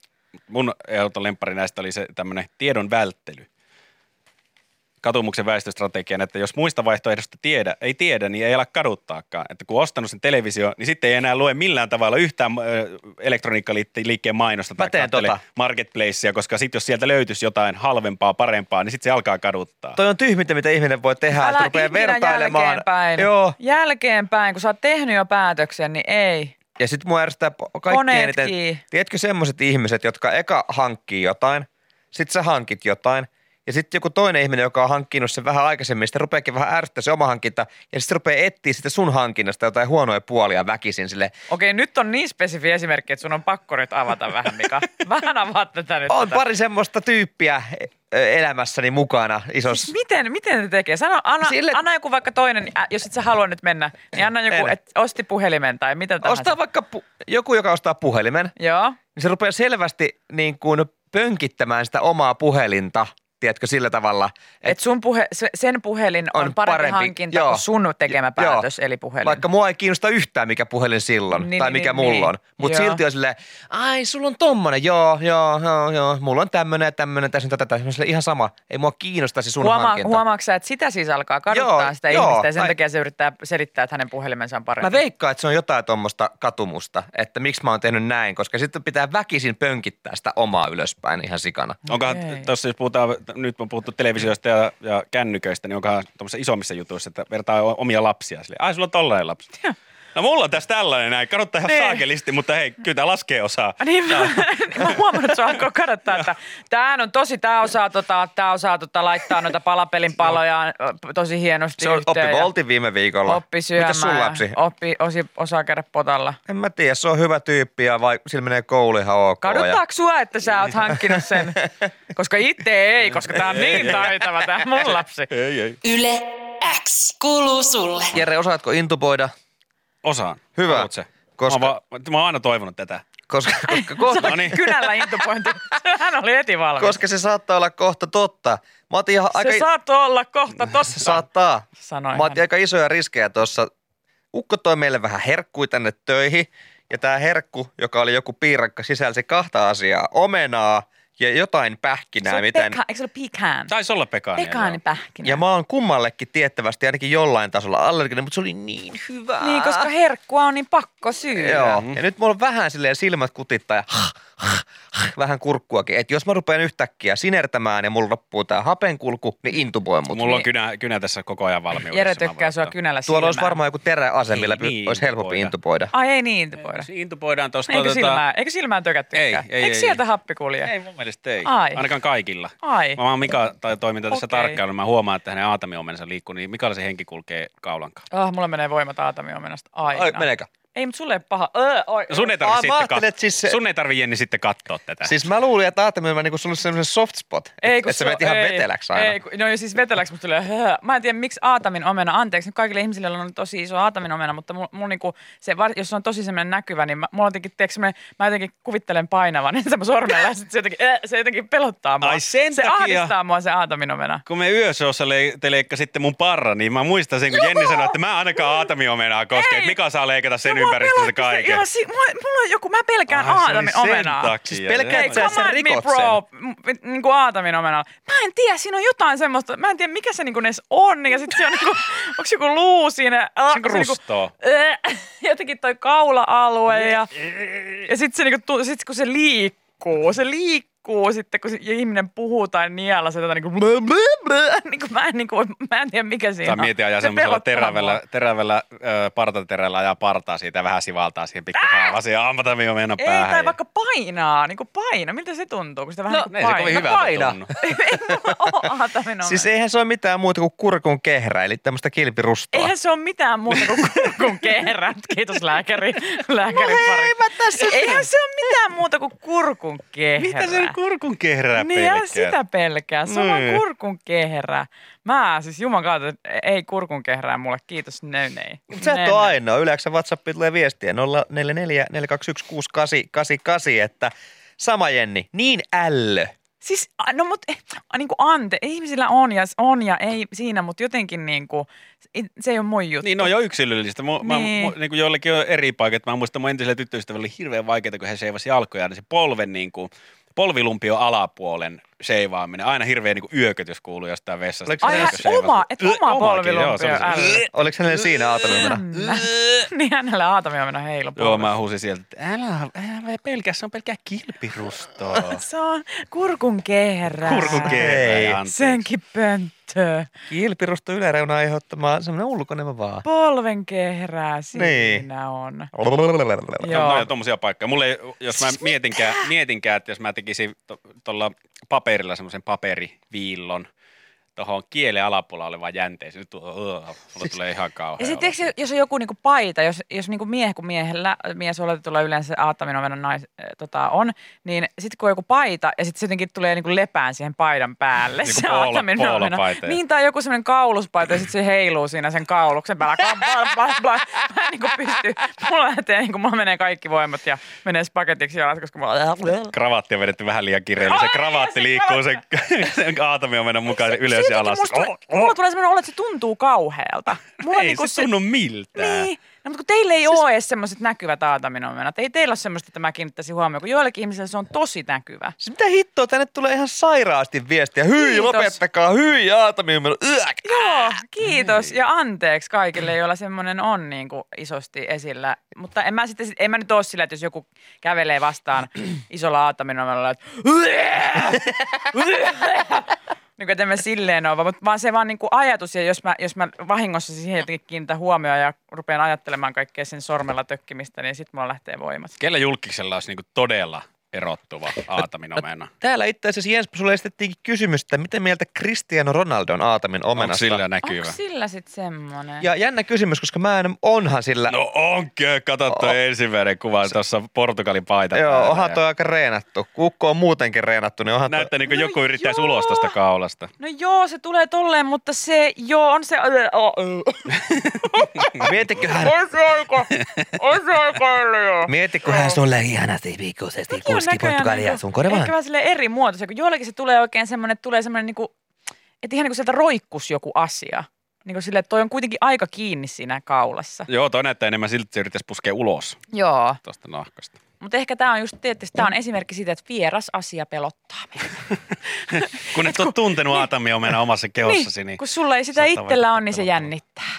D: Mun ehdoton lemppari näistä oli se tämmöinen tiedon välttely. Katumuksen väestöstrategian, että jos muista vaihtoehdosta tiedä, ei tiedä, niin ei ala kaduttaakaan. Että kun on ostanut sen televisio, niin sitten ei enää lue millään tavalla yhtään ö, elektroniikkaliikkeen mainosta
E: Mä
D: tai
E: teen
D: katsele
E: tota.
D: marketplacea, koska sitten jos sieltä löytyisi jotain halvempaa, parempaa, niin sitten se alkaa kaduttaa.
E: Toi on tyhmintä, mitä ihminen voi tehdä, että rupeaa
C: ikinä
E: vertailemaan.
C: Jälkeenpäin.
E: Joo,
C: jälkeenpäin, kun sä oot tehnyt jo päätöksen, niin ei.
E: Ja sitten mua ärsyttää po- kaikkein
C: Koneet
E: eniten.
C: kiinni.
E: Tiedätkö semmoiset ihmiset, jotka eka hankkii jotain, sitten sä hankit jotain, ja sitten joku toinen ihminen, joka on hankkinut sen vähän aikaisemmin, sitten rupeakin vähän ärsyttää se oma hankinta, ja sitten rupeaa etsiä sitä sun hankinnasta jotain huonoja puolia väkisin sille.
C: Okei, nyt on niin spesifi esimerkki, että sun on pakko nyt avata vähän, Mika. Vähän avaa tätä nyt.
E: On
C: tätä.
E: pari semmoista tyyppiä ö, elämässäni mukana isossa.
C: Siis Miten, miten ne tekee? Sano, anna,
E: Sille-
C: Sille... anna joku vaikka toinen, ä, jos et sä halua nyt mennä, niin anna joku,
E: En.
C: että osti puhelimen tai mitä tahansa.
E: Ostaa vaikka pu- joku, joka ostaa puhelimen,
C: Joo.
E: niin se rupeaa selvästi niin kuin pönkittämään sitä omaa puhelinta, tiedätkö, sillä tavalla,
C: Et sun puhe, se- sen puhelin on,
E: On
C: on parempi,
E: parempi,
C: hankinta
E: joo.
C: kuin sun tekemä
E: Joo.
C: päätös, eli puhelin.
E: Vaikka mua ei kiinnosta yhtään, mikä puhelin silloin niin,
C: Niin,
E: tai
C: niin,
E: mikä niin,
C: niin,
E: mulla on.
C: niin.
E: Mutta
C: Joo.
E: silti on silleen, ai sulla on tommonen, joo, joo, joo, joo. Mulla on tämmönen ja tämmönen, tässä on tätä, tätä. Mä oon silleen, ihan sama. Ei mua kiinnosta se sun
C: Huomaa,
E: hankinta.
C: huomaatko sä, että sitä siis alkaa kaduttaa
E: Joo,
C: sitä
E: joo,
C: ihmistä ja sen
E: ai-
C: takia se yrittää selittää, että hänen puhelimensa on parempi.
E: Mä veikkaan, että se on jotain tuommoista katumusta, että miksi mä oon tehnyt näin, koska sitten pitää väkisin pönkittää sitä omaa ylöspäin ihan sikana.
C: No,
D: Onkohan
C: Okei.
D: tuossa, jos puhutaan, nyt on puhuttu televisioista ja, ja kännyköistä, niin onkohan tuommoisissa isommissa jutuissa, että vertaa o- omia lapsia sille. Ai, sulla on tollainen lapsi. No mulla on tässä tällainen näin, kadottaa ihan
C: Niin.
D: saakelisti, mutta hei, kyllä tämä laskee osaa.
C: Niin, mä, mä oon huomannut, että se alkoi kadottaa, että tämähän on tosi, tämä osaa, tota, tää osaa tota, laittaa noita palapelin paloja tosi hienosti
E: Se on oppi
C: yhteen. ja
E: Voltin viime viikolla.
C: oppi syömään.
E: Mitäs sun
C: ja
E: lapsi?
C: Oppi, osi, osaa käydä potalla.
E: En mä tiedä, se on hyvä tyyppi ja vai, sillä menee koulu ihan ok. Ja...
C: Kaduttaako sua, että sä oot hankkinut sen? Koska itse ei, koska tää on niin taitava, tää mun lapsi.
D: Ei, ei.
A: Yle X kuuluu sulle.
E: Jere, osaatko intuboida?
D: Osaan.
E: Hyvä.
D: Haluat se?
E: Koska-
D: Koska... Mä, oon vaan- mä oon aina toivonut tätä.
E: Koska, koska kohta
D: No niin.
C: Kynällä intupointi. Hän oli heti valmis.
E: Koska se saattaa olla kohta totta. Mä otin ihan aika...
C: Se saattoi olla kohta tossa.
E: saattaa.
C: Sanoin
E: Mä otin
C: hän.
E: aika isoja riskejä tuossa. Ukko toi meille vähän herkkui tänne töihin. Ja tämä herkku, joka oli joku piirakka, sisälsi kahta asiaa. Omenaa ja jotain pähkinää.
C: Se on
E: miten...
C: peka- Eikö se ole pecan?
D: Taisi olla pekaania.
C: Pekaanipähkinä.
E: Ja mä oon kummallekin tiettävästi ainakin jollain tasolla allerginen, mutta se oli niin hyvä.
C: Niin, koska herkkua on niin pakko syödä.
E: Joo. Ja nyt mulla on vähän silleen silmät kutittaa ja vähän kurkkuakin. Että jos mä rupean yhtäkkiä sinertämään ja mulla loppuu tämä hapenkulku, niin intuboin mut.
D: Mulla on kynä, kynä tässä koko ajan valmiudessa.
C: Jere
D: mä
C: tykkää sua
D: varoitan.
C: kynällä
E: Tuolla olisi
C: silmään.
E: varmaan joku teräase, millä
D: Ei niin,
E: olisi helpompi
D: voida.
E: intuboida.
C: Ai ei niin intuboida.
D: Se Intuboidaan tuosta.
C: Eikö silmään, eikö silmään tökättykään?
D: Tuota- Ei, ei,
C: eikö
D: ei,
C: sieltä
D: ei.
C: happi kulje?
D: Ei mun mielestä ei.
C: Ai.
D: Ainakaan kaikilla.
C: Ai.
D: Mä oon Mika tai toiminta tässä
C: Eh. Okei.
D: okay. tarkkaan, mä huomaan, että hänen aatamiomensa liikkuu, niin Mikalle se henki kulkee kaulan kanssa.
C: Ah, mulla menee voimat aatamiomenasta aina.
E: Ai, meneekö?
C: Ei, mutta sulle ei paha. Ö, oi,
D: No sun ei
E: Aa, mä
D: tarvi, sitten
E: ajattelin,
D: kat-
E: että siis se-
D: sun ei tarvi Jenni sitten katsoa tätä.
E: Siis mä luulin, että ajattelin, että niinku sulla olisi semmoisen soft spot.
C: Ei, kun
E: että sä
C: su-
E: menet ihan
C: ei,
E: veteläksi aina.
C: Ei, kun- no siis veteläksi musta tulee höhö. Mä en tiedä, miksi aatamin omena, anteeksi nyt kaikille ihmisille, joilla on tosi iso aatamin omena, mutta mulla, mulla niinku, se, var- jos se on tosi semmoinen näkyvä, niin mä, mulla jotenkin, tiedätkö, semmoinen- mä jotenkin kuvittelen painavan, niin se mun sormella, ja sit se jotenkin, äh, se jotenkin pelottaa mua.
D: Ai sen
C: se
D: takia.
C: ahdistaa mua se aatamin omena.
D: kun me yösoossa le- te leikkasitte mun parra, niin mä muistan sen, kun Jenni sanoi, että mä ainakaan aatamiomenaa koske,
C: Ei.
D: että Mika saa leikata sen
C: No, mua
D: ympäristö se
C: pelotti
D: kaiken.
C: ihan si- mulla, mulla on joku, mä pelkään
D: Ai, se oli
C: aatamin
D: sen
C: omenaa.
D: takia.
E: Siis
C: Hei,
E: pelkäät
D: Joo.
E: sä, että
C: come
E: sä
C: at me
E: rikot sen.
C: bro, niin kuin aatamin omenalla. Mä en tiedä, siinä on jotain semmoista, mä en tiedä mikä se niin kuin edes on, ja sitten se on niin kuin, onko se joku luu siinä. Äh,
D: Se on niinku rustoa.
C: äh, jotenkin toi kaula-alue ja, ja sitten se niin kuin, sit kun se liikkuu, se liikkuu sitten, kun se, ja ihminen puhuu tai niela se jotain niin kuin, blö, blö, blö, niin kuin mä, en, niin kuin, mä en tiedä mikä siinä
D: Tai
C: on.
D: mieti ajaa
C: Se
D: semmoisella
C: pelottaa
D: terävällä,
C: mua.
D: terävällä ö, partaterällä ajaa partaa siitä ja vähän sivaltaa siihen pikku haavaan siihen aatamiomenan
C: Ei,
D: päähän.
C: tai
D: ja-
C: vaikka painaa, niin kuin paina. Miltä se tuntuu, kun sitä vähän
E: No,
C: niin kuin
D: ei se kovin
C: painaa?
D: hyvältä
E: paina.
D: tunnu.
C: ei mulla ole aataminen
E: Siis eihän se ole mitään muuta kuin kurkun kehrä, eli tämmöistä kilpirustoa.
C: Eihän se ole mitään muuta kuin kurkun kehrät. Kiitos lääkäri. lääkäri no hei, mä tässä Eihän se ole mitään muuta kuin kurkun kehrä.
D: Mitä se kurkun kehrää
C: Niin ja
D: pelkää?
C: sitä pelkää. Se on vaan
D: Niin.
C: kurkun kehrä. Mä siis juman kautta, ei kurkun kehrää mulle. Kiitos, nönei.
E: Mut Sä et ole ainoa. Yleensä WhatsAppiin tulee viestiä 044 421 6888, että sama Jenni, niin ällö.
C: Siis, a- no mut, eh, niin kuin ante, ihmisillä on ja s- on ja ei siinä, mutta jotenkin niin kuin, se ei ole mun juttu.
D: Niin, no jo yksilöllistä. Mä, mä,
C: Niin.
D: mu- niin kuin joillekin on eri paikat. Mä muistan mun entisellä tyttöystävällä oli hirveän vaikeaa, kun hän seivasi jalkoja, niin se polven niin kuin, polvilumpion alapuolen seivaaminen. Aina hirveä niin kuin yökötys kuuluu jostain vessasta.
E: Oliko
D: Kun
E: se
C: Ai
E: Ai,
C: hän
D: joku seivasi-
C: oma, et
D: Ö,
C: oma
D: omakin, joo,
C: polvilumpi
D: se oli
C: on
D: se-
C: älytön.
E: Oliko hänellä siinä aatamimena?
C: Jännä. niin hänellä aatamioimena heilu
D: Joo, mä huusin sieltä, että älä, älä pelkää, se on pelkää kilpirustoa.
C: Se on kurkun kehrä.
D: Kurkun
E: Ei.
D: kehrää, anteeksi.
C: Senkin pönttö.
E: Kilpirusto yläreuna aiheuttamaan semmoinen ulkonema vaan.
C: Polven kehrää siinä
E: Niin.
C: on.
D: Joo.
C: Joo.
D: No, ja tommosia paikkoja. Mulle, ei- jos mä
C: Siis
D: mietinkään, mietinkään, että jos mä tekisin to- tuolla paperilla semmoisen paperiviillon tuohon kielen alapuolella olevaan jänteeseen, nyt tuo, mulla tulee ihan kauhea
C: Ja
D: olo.
C: sitten tiedätkö, jos on joku niinku paita, jos, jos niinku mieh kuin miehellä, mies oletetulla yleensä aattaminen on nais, äh, tota, on, niin sitten kun on joku paita ja sitten se jotenkin tulee niinku lepään siihen paidan päälle.
D: Niinku
C: se
D: poolo-
C: aattaminen on
D: poolopaita.
C: Niin tai joku semmoinen kauluspaita ja sitten se heiluu siinä sen kauluksen päällä. Bla, bla, bla, bla. Mä en niinku pysty, mulla lähtee niinku, mulla menee kaikki voimat ja menee spaketiksi jalat, koska mulla
D: Kravaatti on vedetty vähän liian kireelle. Se
C: Ai,
D: kravaatti
C: se
D: liikkuu sen, sen aatamiomenan mukaan ylös ja alas.
C: Musta,
D: Oh, oh.
C: Mulla tulee semmoinen olo, että se tuntuu kauhealta. Mulla niinku
D: Ei se tunnu miltään.
C: Niin. No, mutta kun teillä ei siis... ole edes semmoiset näkyvät aataminomenat. Ei teillä ole semmoista, että mä kiinnittäisin huomioon, kun joillekin ihmisille se on tosi näkyvä.
E: Siis mitä hittoa, tänne tulee ihan sairaasti viestiä. Hyi,
C: Kiitos.
E: lopettakaa, hyi aatamimena. Yäk.
C: Joo, kiitos ja anteeksi kaikille, joilla semmoinen on niin kuin isosti esillä. Mutta en mä, sitten, sit- en mä nyt ole sillä, että jos joku kävelee vastaan isolla aataminomenalla, että niin kuin, että en mä silleen ole, vaan- vaan se vaan niin kuin ajatus, ja jos mä, jos mä vahingossa siihen jotenkin kiinnitän huomioon ja rupean ajattelemaan kaikkea sen sormella tökkimistä, niin sitten mulla lähtee voimat.
D: Kellä julkiksella olisi niinku todella erottuva aataminomena?
E: Täällä itse asiassa Jens, sulle esitettiinkin kysymys, että mitä mieltä Cristiano Ronaldo on aatamin
D: Onko
E: omenasta?
D: sillä näkyvä?
C: Onko sillä sitten semmoinen?
E: Ja jännä kysymys, koska mä en, onhan sillä,
D: No onkin, kato tuo
E: Oh.
D: ensimmäinen kuva tuossa Portugalin paita. päällä
E: joo, onhan
D: ja
E: toi aika reenattu. Kukko on muutenkin reenattu, niin onhan toi-
D: Näyttää niin kuin
C: No
D: joku yrittäisi
C: joo.
D: ulos tuosta kaulasta.
C: No joo, se tulee tolleen, mutta se, joo, on se...
E: Mietikö hän,
C: On se aika, on se aika öljyä.
E: mietikö hän sulle ihanasti
C: No,
E: pikkuisesti kuski Portugalia sun korvaan?
C: niinku Ehkä vähän silleen eri muotoisia, kun joillakin se tulee oikein semmoinen, että tulee semmoinen niinku, että ihan niinku sieltä roikkus joku asia. Niin kuin silleen, että toi on kuitenkin aika kiinni siinä kaulassa.
D: Joo, toi näyttää enemmän siltä, että se yrittäisi puskea ulos
C: Joo.
D: tuosta nahkasta.
C: Mutta ehkä tämä on just tietysti, tämä on esimerkki siitä, että vieras asia pelottaa meitä.
D: Kun et ole tuntenut aatamia omena omassa kehossasi, niin...
C: kun sulla ei sitä
D: saattaa
C: itsellä
D: vaikuttaa
C: on, niin se
D: pelottavalta.
C: jännittää.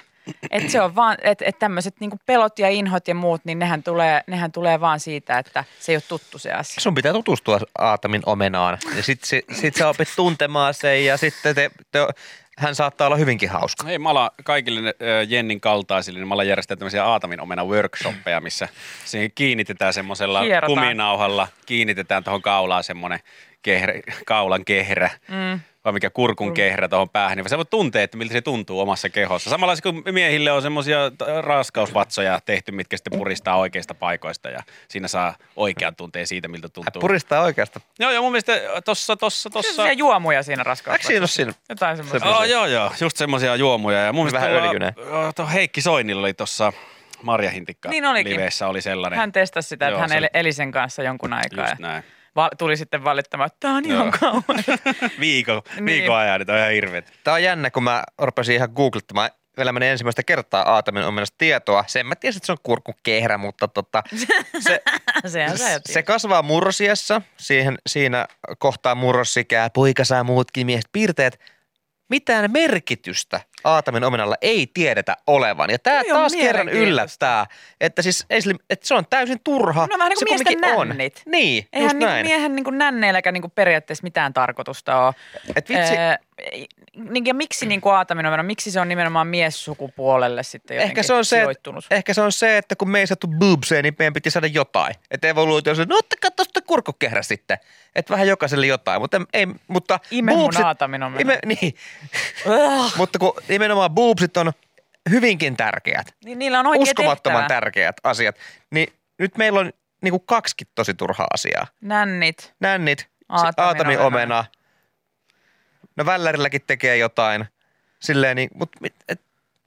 C: Et se on vaan, että et tämmöiset niinku pelot ja inhot ja muut, niin nehän tulee, nehän tulee vaan siitä, että se ei ole tuttu se asia.
E: Sun pitää tutustua Aatamin omenaan. Ja sit, sit, sit sä opit tuntemaan sen ja sitten te, te, hän saattaa olla hyvinkin hauska.
D: Hei, mä alan kaikille ne, ö, Jennin kaltaisille, niin mä alan järjestää tämmöisiä Aatamin omena workshoppeja, missä siihen kiinnitetään semmoisella
C: Hierotaan.
D: kuminauhalla, kiinnitetään tuohon kaulaan semmoinen kehrä, kaulan kehrä. Mm. Vai mikä kurkun kehrä tuohon päähän, niin sä voit tuntea, että miltä se tuntuu omassa kehossa. Samalla kuin miehille on semmoisia t- raskausvatsoja tehty, mitkä sitten puristaa oikeista paikoista ja siinä saa oikean tunteen siitä, miltä
E: Hän
D: tuntuu.
E: puristaa oikeasta.
D: Joo, joo, mun mielestä tossa, tossa, tossa.
C: Se juomuja siinä
E: Eikö
C: raskaudessa.
E: siinä ole siinä?
C: Jotain semmoista.
D: Oh, joo, joo, just semmoisia juomuja. Ja mun
E: Vähän
D: mielestä
E: öljynä.
D: tuolla- tuo Heikki Soinilla oli tuossa Marja Hintikka
C: Niin olikin.
D: liveissä oli
E: Niin.
D: sellainen.
C: Hän testasi sitä, että
D: Joo,
C: hän
D: se-
C: eli, eli sen kanssa jonkun aikaa.
D: Just
C: ja
D: näin.
C: val- tuli sitten valittamaan, että tämä on
D: Joo.
C: ihan kauan.
D: Viikon,
C: Niin.
D: viikon ajan, niin toi on ihan hirveet.
E: Tämä on jännä, kun mä rupesin ihan googlettamaan elämäni ensimmäistä kertaa Aatamin omenasta tietoa. Sen mä tiesin, että se on kurkkukehrä, mutta tota, se,
C: Sehän sä jo
E: se
C: tiedät.
E: kasvaa murrosiassa. Siihen, siinä kohtaa murrosikää, poika saa muutkin miehet piirteet. Mitään merkitystä Aatamin omenalla ei tiedetä olevan. Ja tämä
C: Toi on
E: taas kerran
C: mielenkiintoista.
E: yllättää, että, siis, ei sille- että se on täysin turha.
C: No vähän niin
E: se
C: kuin miesten
E: kumminkin on.
C: nännit.
E: Niin, just
C: Eihän
E: näin.
C: niinku miehen niinku nänneilläkään niinku periaatteessa mitään tarkoitusta ole.
E: Et vitsi,
C: Öö, ei- niin ja miksi niinku aataminen on, miksi se on nimenomaan miessukupuolelle sitten jotenkin
E: Ehkä se, on se, että,
C: sijoittunut?
E: ehkä se on se, että kun me ei saatu boobseen, niin meidän piti saada jotain. Että evoluutio on se, no ottakaa tuosta kurkkukehrä sitten. Että vähän jokaiselle jotain, mutta ei, mutta
C: Ime mun
E: boobsit-
C: aataminen on
E: ime,
C: mennyt.
E: niin,
C: Ugh.
E: mutta kun nimenomaan boobsit on hyvinkin tärkeät,
C: Niin niillä on oikein
E: uskomattoman
C: tehtävä.
E: tärkeät asiat, niin nyt meillä on niinku kaksikin tosi turhaa asiaa.
C: Nännit.
E: Nännit,
C: Aatamin
E: aatami omena.
C: omena.
E: No vällärilläkin tekee jotain. Silleen niin, mutta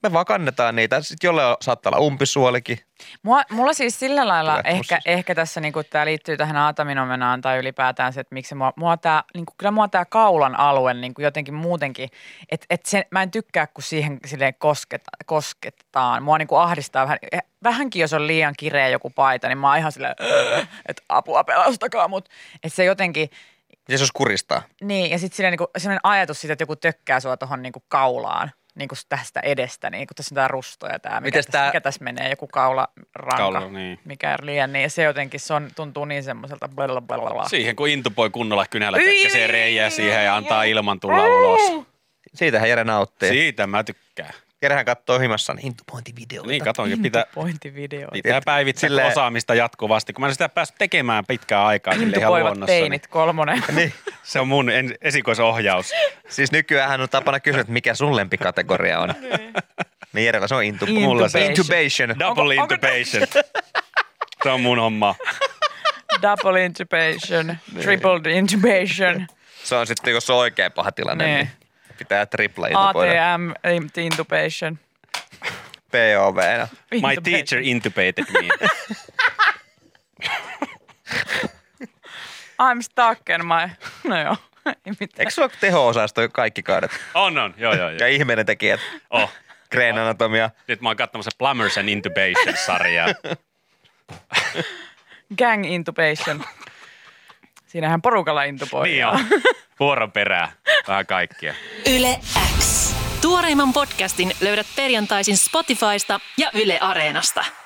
E: me vaan kannetaan niitä. Sitten jollain saattaa olla umpisuolikin.
C: Mua, mulla siis sillä lailla
E: Tulee
C: ehkä,
E: pussis.
C: ehkä tässä niinku, tämä liittyy tähän aatamin tai ylipäätään se, että miksi se mua, mua tää, niinku, kyllä mua tämä kaulan alue niinku jotenkin muutenkin, että et sen- mä en tykkää, kun siihen silleen kosketa, kosketaan. Mua niinku ahdistaa vähän, eh, vähänkin jos on liian kireä joku paita, niin mä oon ihan silleen, "Öö, että apua pelastakaa mut. Että se jotenkin,
E: Ja se olisi Siis kuristaa.
C: Niin, ja sitten niinku, sellainen ajatus siitä, että joku tökkää sua tuohon niinku kaulaan, niinku tästä edestä, niin kun tässä on tämä rusto ja tämä, mikä,
E: Mites
C: tässä,
E: tää-
C: mikä tässä menee, joku kaularanka,
D: Kaula, niin.
C: mikä liian, niin se jotenkin se on, tuntuu niin semmoiselta blablabla.
D: Siihen kun intupoi kunnolla kynällä
C: Yi,
D: se
C: yi,
D: reijää
C: yi,
D: siihen ja antaa
C: ui.
D: ilman tulla ulos.
E: Siitähän Jere nauttii. Si-
D: Siitä mä tykkään.
E: Jerehän katsoo himassaan intupointivideoita.
D: Niin katonkin, pitää,
C: Pointivideo.
D: pitää päivittää
E: Silleen-
D: osaamista jatkuvasti, kun mä en sitä päässyt tekemään pitkään aikaa sille ihan
C: Intupoivat
D: luonnossa. Niin
C: teinit kolmonen.
E: niin.
D: se on mun en, esikoisohjaus.
E: Siis nykyään hän on tapana kysyä, että mikä sun lempikategoria on. niin Jerellä se on intu-
C: Intubation.
E: Mulla se. intubation.
D: Double
C: Onko- onko-
D: intubation. se on mun homma.
C: Double intubation,
D: Niin.
C: triple intubation,
E: Se on sitten, jos on oikein paha tilanne,
C: Niin.
E: niin pitää tripla intuboida.
C: ATM intubation.
E: POV.
D: My
C: Intubation.
D: teacher intubated me.
C: I'm stuck in my... No joo, ei mitään.
E: Eikö sulla ole teho-osasto kaikki kaudet?
D: On, on. Joo, joo,
E: Ja
D: joo.
E: ihmeiden tekijät.
D: Oh.
E: Green Anatomia.
D: Nyt mä oon katsomassa Plumbers and Intubation-sarjaa.
C: Gang intubation. Siinähän porukalla intuboi.
D: niin on. Vuoron perää. Vähän kaikkia.
A: Yle X. Tuoreimman podcastin löydät perjantaisin Spotifysta ja Yle Areenasta.